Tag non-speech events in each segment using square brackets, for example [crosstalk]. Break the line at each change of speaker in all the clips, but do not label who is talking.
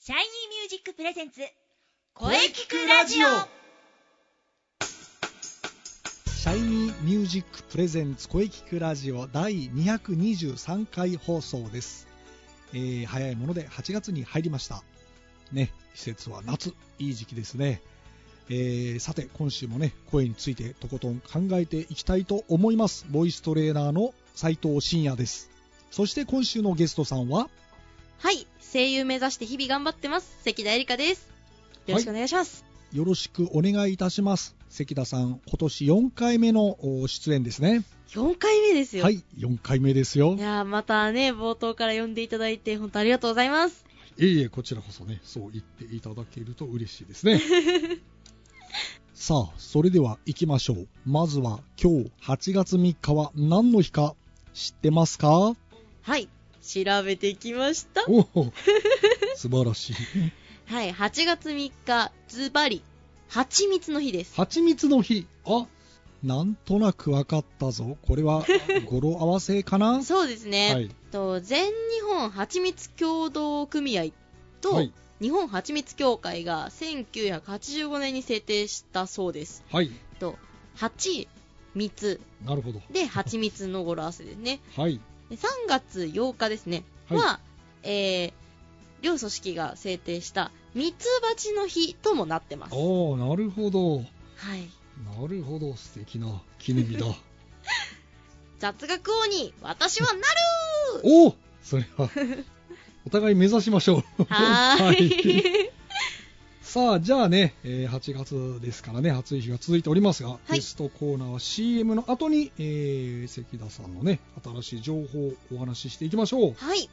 シャイニーミュージックプレゼンツ
声聞くラジオ
シャイニーミュージックプレゼンツ声聞くラジオ第223回放送です、えー早いもので8月に入りましたね季節は夏いい時期ですね、えーさて今週もね声についてとことん考えていきたいと思いますボイストレーナーの斉藤真也ですそして今週のゲストさんは
はい、声優目指して日々頑張ってます。関田絵里香です。よろしくお願いします。
よろしくお願いいたします関田さん今年4回目のお出演ですね
4回目ですよ。
は。い4回目ですよ
いやーまたね、冒頭から呼んでいただいて、本当ありがとうございます。
いえいえ、こちらこそね、そう言っていただけると嬉しいですね。さあ、それでは行きましょう。まずは今日8月3日は何の日か知ってますかお
はい、調べてきました。
お、素晴らしい。
はい、8月3日、ズバリ、蜂蜜の日です。
蜂蜜の日。あなんとなくわかったぞ。これは語呂合わせかな
そうですね。
はい。
と全日本蜂蜜協同組合と、
はい。
日本蜂蜜協会が1985年に制定したそうです。
はい。
と、蜂、蜜
なるほど。
で蜂蜜の語呂合わせですね。
はい。
で3月8日ですね
はい
は、えー両組織が制定したミツバチの日ともなってます。は
おお、なるほど。
い、
なるほど。素敵な記念日だ。
雑学王に私はなる
おおそれ
[laughs]
はお互い目指しましょう
は
[laughs]
ーい、
さあじゃあね、えー8月ですからね暑い日が続いておりますが、
い
ゲストコーナーは CM の後に、えー関田さんのね新しい情報をお話ししていきましょう
はい、よ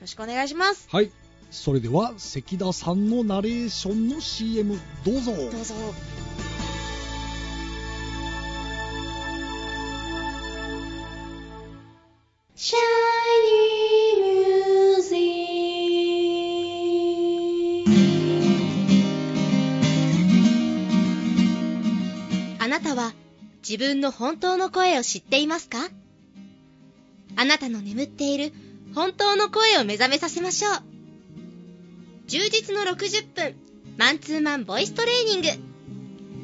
ろしくお願いします。
はいそれでは関田さんのナレーションの CM どうぞ
どうぞ。シャイニーミュージックあなたは自分の本当の声を知っていますかあなたの眠っている本当の声を目覚めさせましょう。充実の60分。マンツーマンボイストレーニング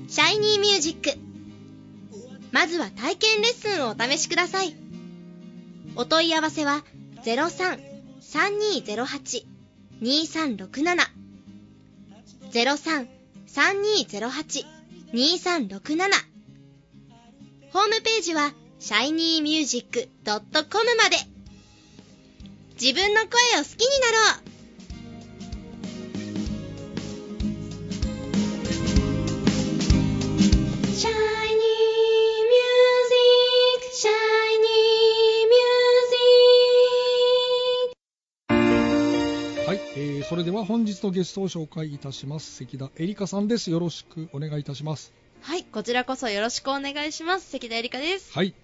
シャイニーミュージックまずは体験レッスンをお試しくださいお問い合わせは03-3208-2367 03-3208-2367ホームページは shinymusic.com まで自分の声を好きになろうシャイニーミュージック、シャイニ
はい、えーそれでは本日のゲストを紹介いたします関田絵里香さんですよろしくお願いいたします
ーミュージック。はい、こちらこそよろしくお願いします。関田絵里香です。
はい。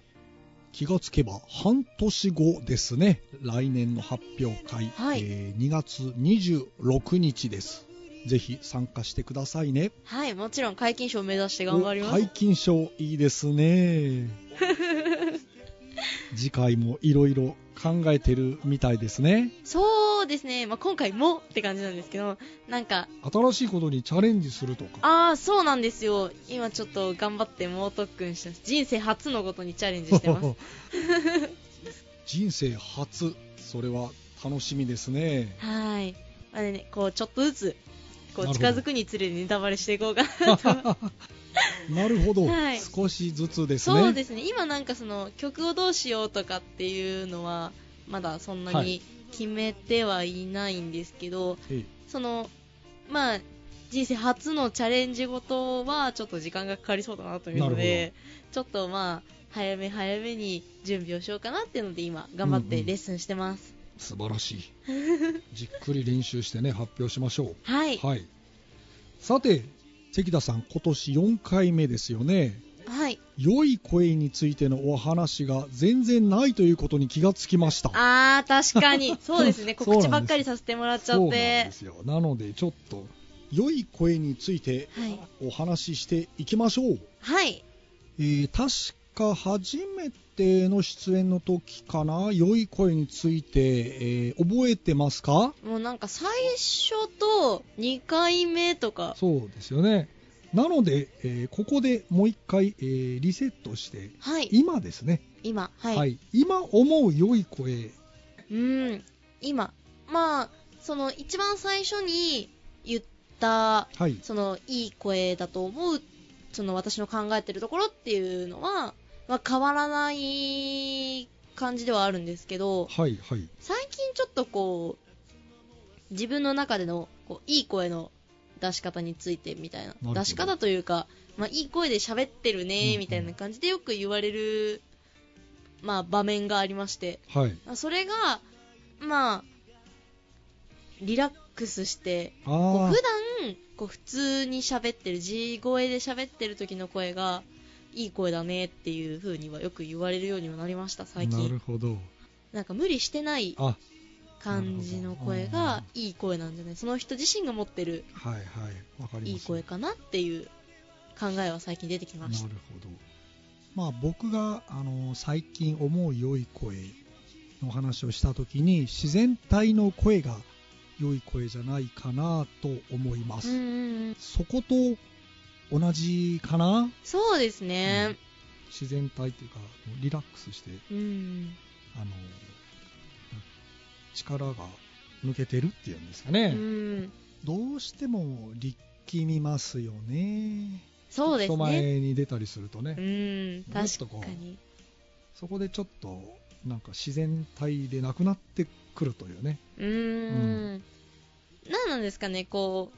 気がつけば半年後ですね。来年の発表会、
はい
えー2月26日です。ぜひ参加してくださいね。
はい、もちろん解禁賞を目指して頑張りま
お
す。
解禁賞いいですね。
[laughs]
次回もいろいろ考えてるみたいですね。
そうですね、まあ、今回もって感じなんですけど、なんか、
新しいことにチャレンジするとか。
ああ、そうなんですよ。今ちょっと頑張って猛特訓してます。人生初のことにチャレンジして [laughs] ます。
[laughs] 人生初、それは楽しみですね。
はい。まあね、こう、ちょっとずつ、こ
な
う、
るほど
近づくにつれネタバレしていこうかな
なるほど、
はい
少しずつですね。
そうですね、今なんかその曲をどうしようとかっていうのは、まだそんな
はい
に決めてはいないんですけど、
ええ
その、まあ、人生初のチャレンジごとはちょっと時間がかかりそうだなというので、ちょっとまあ、早め早めに準備をしようかなっていうので、今、頑張っ
うん
て
うん
レッスンしてます。
素晴
[laughs]
らしいじっくり練習してね発表しましょ
は
う
い。
はいさて関田さん今年4回目ですよね
はい。
良い声についてのお話が全然ないということに気がつきました
あー、確かに。
[laughs]
そうですね、
そうな
告
んです
知ばっかりさせてもらっちゃ
そ
っ
うなんで
て。
すよなのでちょっと良い声について
はい。
お話ししていきましょう、
はい。
えー確か初めての出演の時かな良い声について、えー覚えてますか
もうなんか最初と2回目とか
そうですよねなので、えーここでもう一回、えーリセットして
はい
今ですね、
今は、
はいい今思う良い声
うん今まあその一番最初に言った
はい
そのいい声だと思うその私の考えてるところっていうのは、まあ、変わらない感じではあるんですけど
はいはい
最近ちょっとこう自分の中でのこういい声の出し方についてみたいな
ほど
出し方というか、まあ、いい声で喋ってる
うんう
ね
ん
みたいな感じでよく言われる、まあ、場面がありまして
はい
あそれがまあリラックスして
あ
こう
ー
普段こう普通に喋ってる地声で喋ってる時の声がいい声だねっていう風にはよく言われるようにはなりました最
な
近
るほど
なんか無理してない
あ
感じの声
なるほ
がいい声なんじゃないその人自身が持ってる
はいはいわかります
いい声かなっていう考えは最近出てき
な
ま
る
し
ほ
た
どまあ僕があの最近思う良い声の話をした時に自然体の声が良い声じゃないかなと思います、
うんうんうん
そこと同じかな
そうですね
自然体というかリラックスして
うん
あの力が抜けてるっていうんですかね
う、ん
どうしても力みますよね
そうです
人
ね
前に出たりするとね、
うん
もっとこ
確
う
かに
そこでちょっとなんか自然体でなくなってくるというね
うーん。なんなんですかね、こ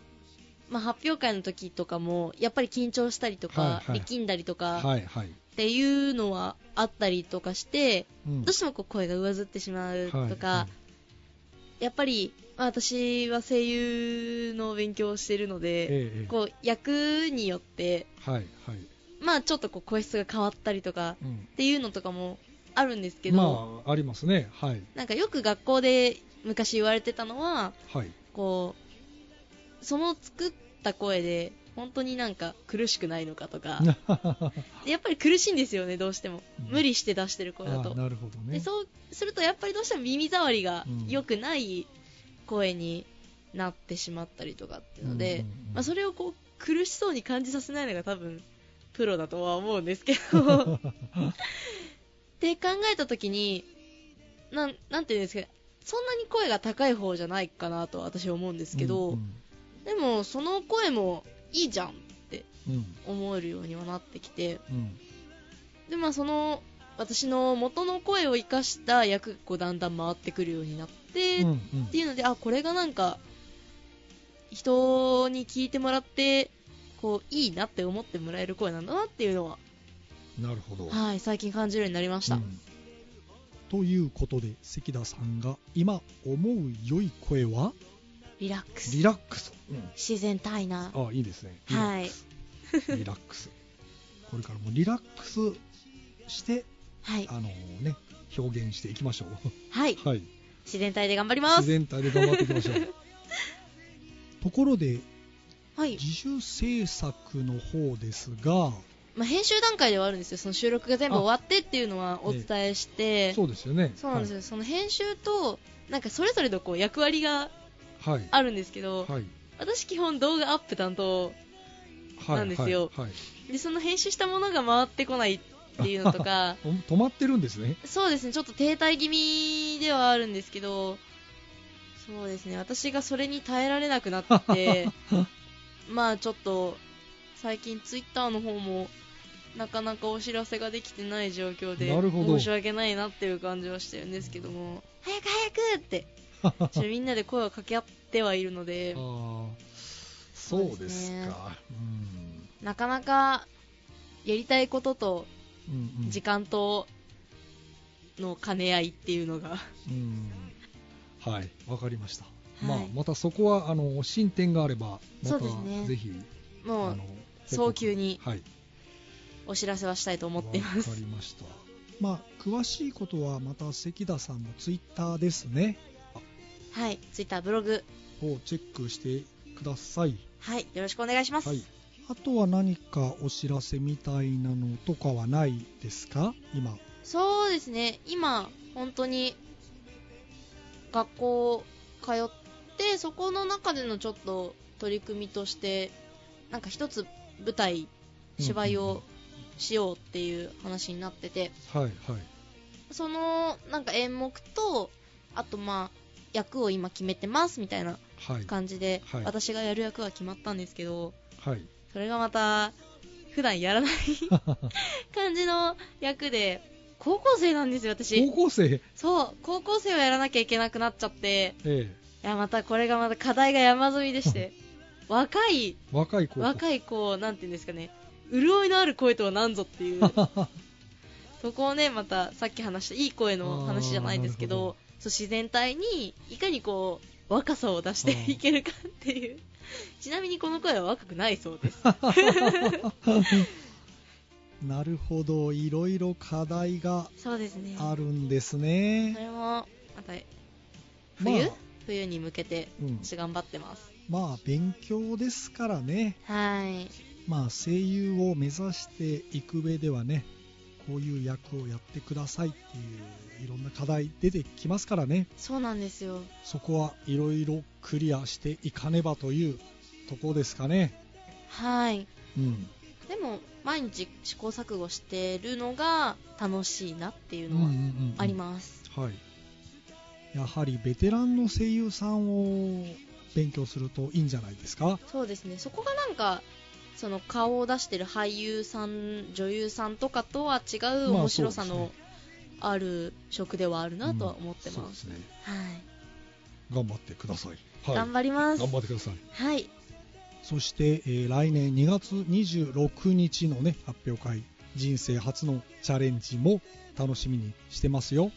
う、まあ、発表会の時とかも、やっぱり緊張したりとか、
はいはい
力んだりとかっ
はいはい、
ていうのはあったりとかして、
うん
どうしてもこう声が上ずってしまうとか、
はい
やっぱり、まあ、私は声優の勉強をしてるので、
ええええ
こう役によって、
はいはい、
まあ、ちょっとこう声質が変わったりとか
うん
っていうのとかもあるんですけど、
まあありますねはい
なんかよく学校で昔言われてたのは、
はい
こうその作った声で本当になんか苦しくないのかとか
[laughs]
やっぱり苦しいんですよねどうしても
うん
無理して出してる声だ
あ
と、
なるほど
で
ね
そうするとやっぱりどうしても耳障りが
うん
良くない声になってしまったりとかっていうので、
うんうんうん
まあ、それをこう苦しそうに感じさせないのが多分プロだとは思うんですけ
[laughs]
どって考えた時になんなんていうんですかそんなに声が高い方じゃないかなと私は思うんですけど、
うん
でもその声もいいじゃんって
うん
思えるようにはなってきて
うん
でまあその私の元の声を生かした役がこうだんだん回ってくるようになって、
うんう
っ
ん
ていうのであこれがなんか人に聞いてもらってこういいなって思ってもらえる声なんだなっていうのは、
なるほど
はい、最近感じるようになりました、
うんということで関田さんが今思う良い声は
リラックス
リラックス、うん
自然体な
あいいですねリラ
は
ッ
い
クス、リラックスこれからもリラックスして
はい
あのね表現していきましょう
はい
はい
自然体で頑張りま
自
す
然体で頑張っていきま
[laughs]
しょうところで
はい、
自主制作の方ですが
まあ、編集段階ではあるんですよその収録が全部終わってっていうのはお伝えして、
そうですよね
そうなんですよ、その編集となんかそれぞれのこう役割が
はいはい
あるんですけど、
はい
私基本動画アップ担当
はい
なんですよ
はいはい
でその編集したものが回ってこないっていうのと
[laughs]
か
お止まってるんですね
そうですねちょっと停滞気味ではあるんですけどそうですね私がそれに耐えられなくなって
[laughs]
まあちょっと最近ツイッターの方もなかなかお知らせができてない状況で
なるほど
申し訳ないなっていう感じはしてるんですけど
[laughs]
も早く早くってちょみんなで声を掛け合ってはいるので
あーそうですかうん
なかなかやりたいことと
うんうん
時間との兼ね合いっていうのが
うんはいわかりました、
い
まあまたそこはあの進展があれば
そ
ま
う
た
ですね
ぜひ、あ
もう
の
早急に
報告はい
お知らせはしたいと思っていま
わか
す
りましたまあ詳しいことはまた関田さんのツイッターですね
はいツイッターブログ
をチェックしてください
はいよろしくお願いします、
はいあとは何かお知らせみたいなのとかはないですか今
そうですね今本当に学校通ってそこの中でのちょっと取り組みとしてなんか一つ舞台芝居をしようっていう話になってて
はいはい
そのなんか演目とあとまあ役を今決めてますみたいな
はい
感じで、
はい
私がやる役は決まったんですけど
はい
それがまた普段やらない
[laughs]
感じの役で高校生なんですよ私
高校生
そう高校生をやらなきゃいけなくなっちゃって
え
い
え
やまたこれがまた課題が山積みでして
[laughs]
若い
若い高校
若い子なんていうんですかね潤いのある声とは何ぞっていうそこをねまたさっき話したいい声の話じゃないですけ
あーなる
ど
ほ
そう自然体にいかにこう若さを出して
あー
いけるかっていうちなみにこの声は若くないそうです
[laughs] なるほどいろいろ課題が
そうですね
あ
そ
るんですね、
れもまた
まあ
冬、冬に向けて
うん、
私頑張ってます
まあ勉強ですからね
はい
まあ声優を目指していく上ではねこういう役をやってくださいっていういろんな課題出てきますからね
そうなんですよ
そこはいろいろクリアしていかねばというとこですかね
はい
うん
でも毎日試行錯誤してるのが楽しいなっていううん
うん
の
う
は
ん
あります、
すはいやはりベテランの声優さんを勉強するといいんじゃないですか
そうですねそこがなんかその顔を出してる俳優さん女優さんとかとは違う
まあ
面白さ
そう
の
で
ある職ではあるなとは思って
うんそう
ま、
ですすね
はい
頑張ってください、はい、
頑張ります
頑張ってください
はい
そして、えー来年2月26日のね発表会人生初のチャレンジも楽しみにしてますよ。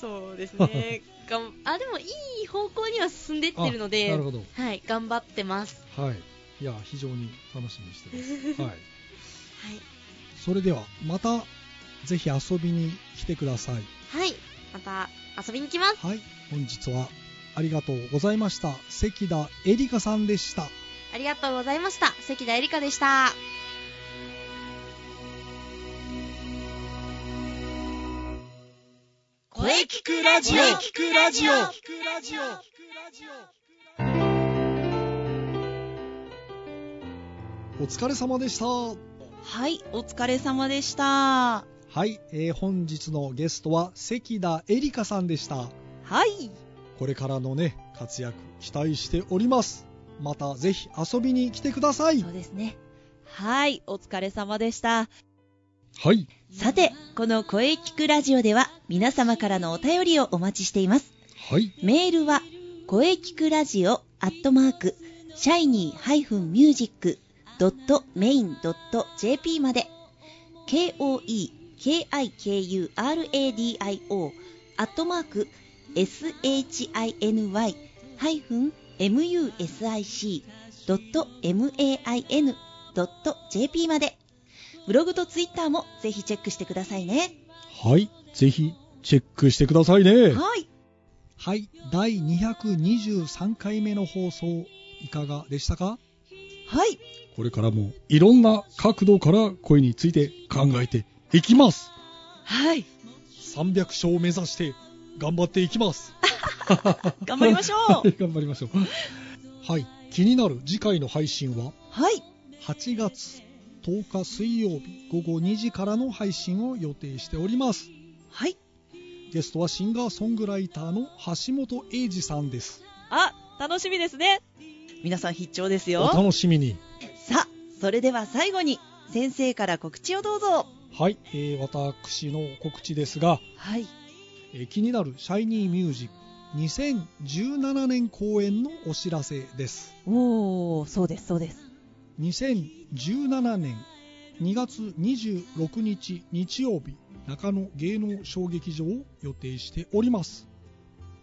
そうです
[laughs]
ねがんあでもいい方向には進んでってるの
あな
で
るほど。
はい頑張ってます
はい。いや非常に楽しみ
[laughs]
にしてます。はい。
はい
それではまたぜひ遊びに来てください。
はいまた遊びに来ます
はい。本日はありがとうございました。関田エリカさんでした。
ありがとうございました関田絵里香でした
声聞くラジオ
声
聞くラジオ
お疲れ様でした。
はい、お疲れ様でした。は
はい、えー本日のゲストは関田エリカさんでした
い。
これからのね活躍期待しておりますまたぜひ遊びに来てください
そうですね。はい、お疲れ様でした。
はい
さて、この声聞くラジオでは皆様からのお便りをお待ちしています。
はい
メールは、声聞くラジオアットマーク、シャイニー -music.main.jp まで、k-o-e-k-i-k-u-r-a-d-i-o アットマーク、shiny-music.main.jp まで、ブログとツイッターもぜひチェックしてくださいね。
はいぜひチェックしてくださいね
はい。
はい第223回目の放送いかがでしたか
はい。
これからもいろんな角度から声について考えていきます
はい。
300勝を目指して頑張っていきます
頑張りま [laughs] しょう
はい頑張りましょう。 [laughs] はい。気になる次回の配信は
はい。
8月10日水曜日午後2時からの配信を予定しております。
はい。
ゲストはシンガーソングライターの橋本英二さんです。
あ、楽しみですね。皆さん必聴です
お
よ。
楽しみに。
さあ、それでは最後に先生から告知をどうぞ。
はい、えー私の告知ですが、
はい。
えー気になるシャイニーミュージック2017年公演のお知らせです。
おー、そうです、そうです。
2017年2月26日日曜日中野芸能小劇場を予定しております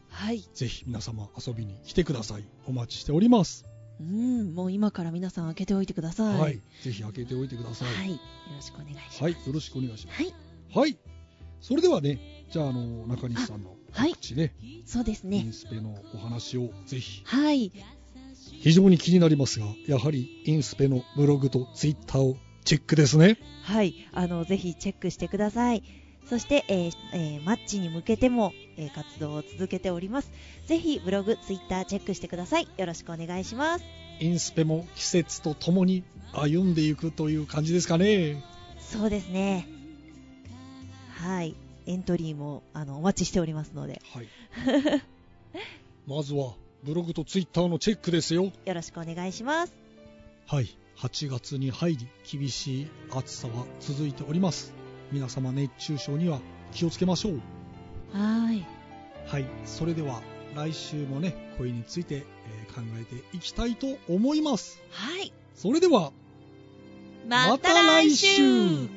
はい。
ぜひ皆様遊びに来てくださいお待ちしております
うん、もう今から皆さん開けておいてくださ。
はいい、ぜひ開けておいてください
は。
はいい、
よろしくお願いします。
よろしくお願いします
はい。
はいそれではねじゃああの中西さんの
あはい
告知ね,、
そうです
イ
ね
ン。スペのお話をぜひ
はい。
非常に気になりますが、やはりインスペのブログとツイッターをチェックですね。
はい、あのぜひチェックしてください。そして、えーえーマッチに向けても、えー活動を続けております。ぜひブログ、ツイッターチェックしてください。よろしくお願いします。
インスペも季節とともに歩んでいくという感じですかね。
そうですね。はい、エントリーもあのお待ちしておりますので、 [laughs]
はい。まずは、ブログとツイッターのチェックですよ。
よろしくお願いします。
はい。8月に入り、厳しい暑さは続いております。皆様熱中症には気をつけましょう。
はい。
はい。それでは、来週もね、恋について、えー考えていきたいと思います。
はい。
それでは、
また来週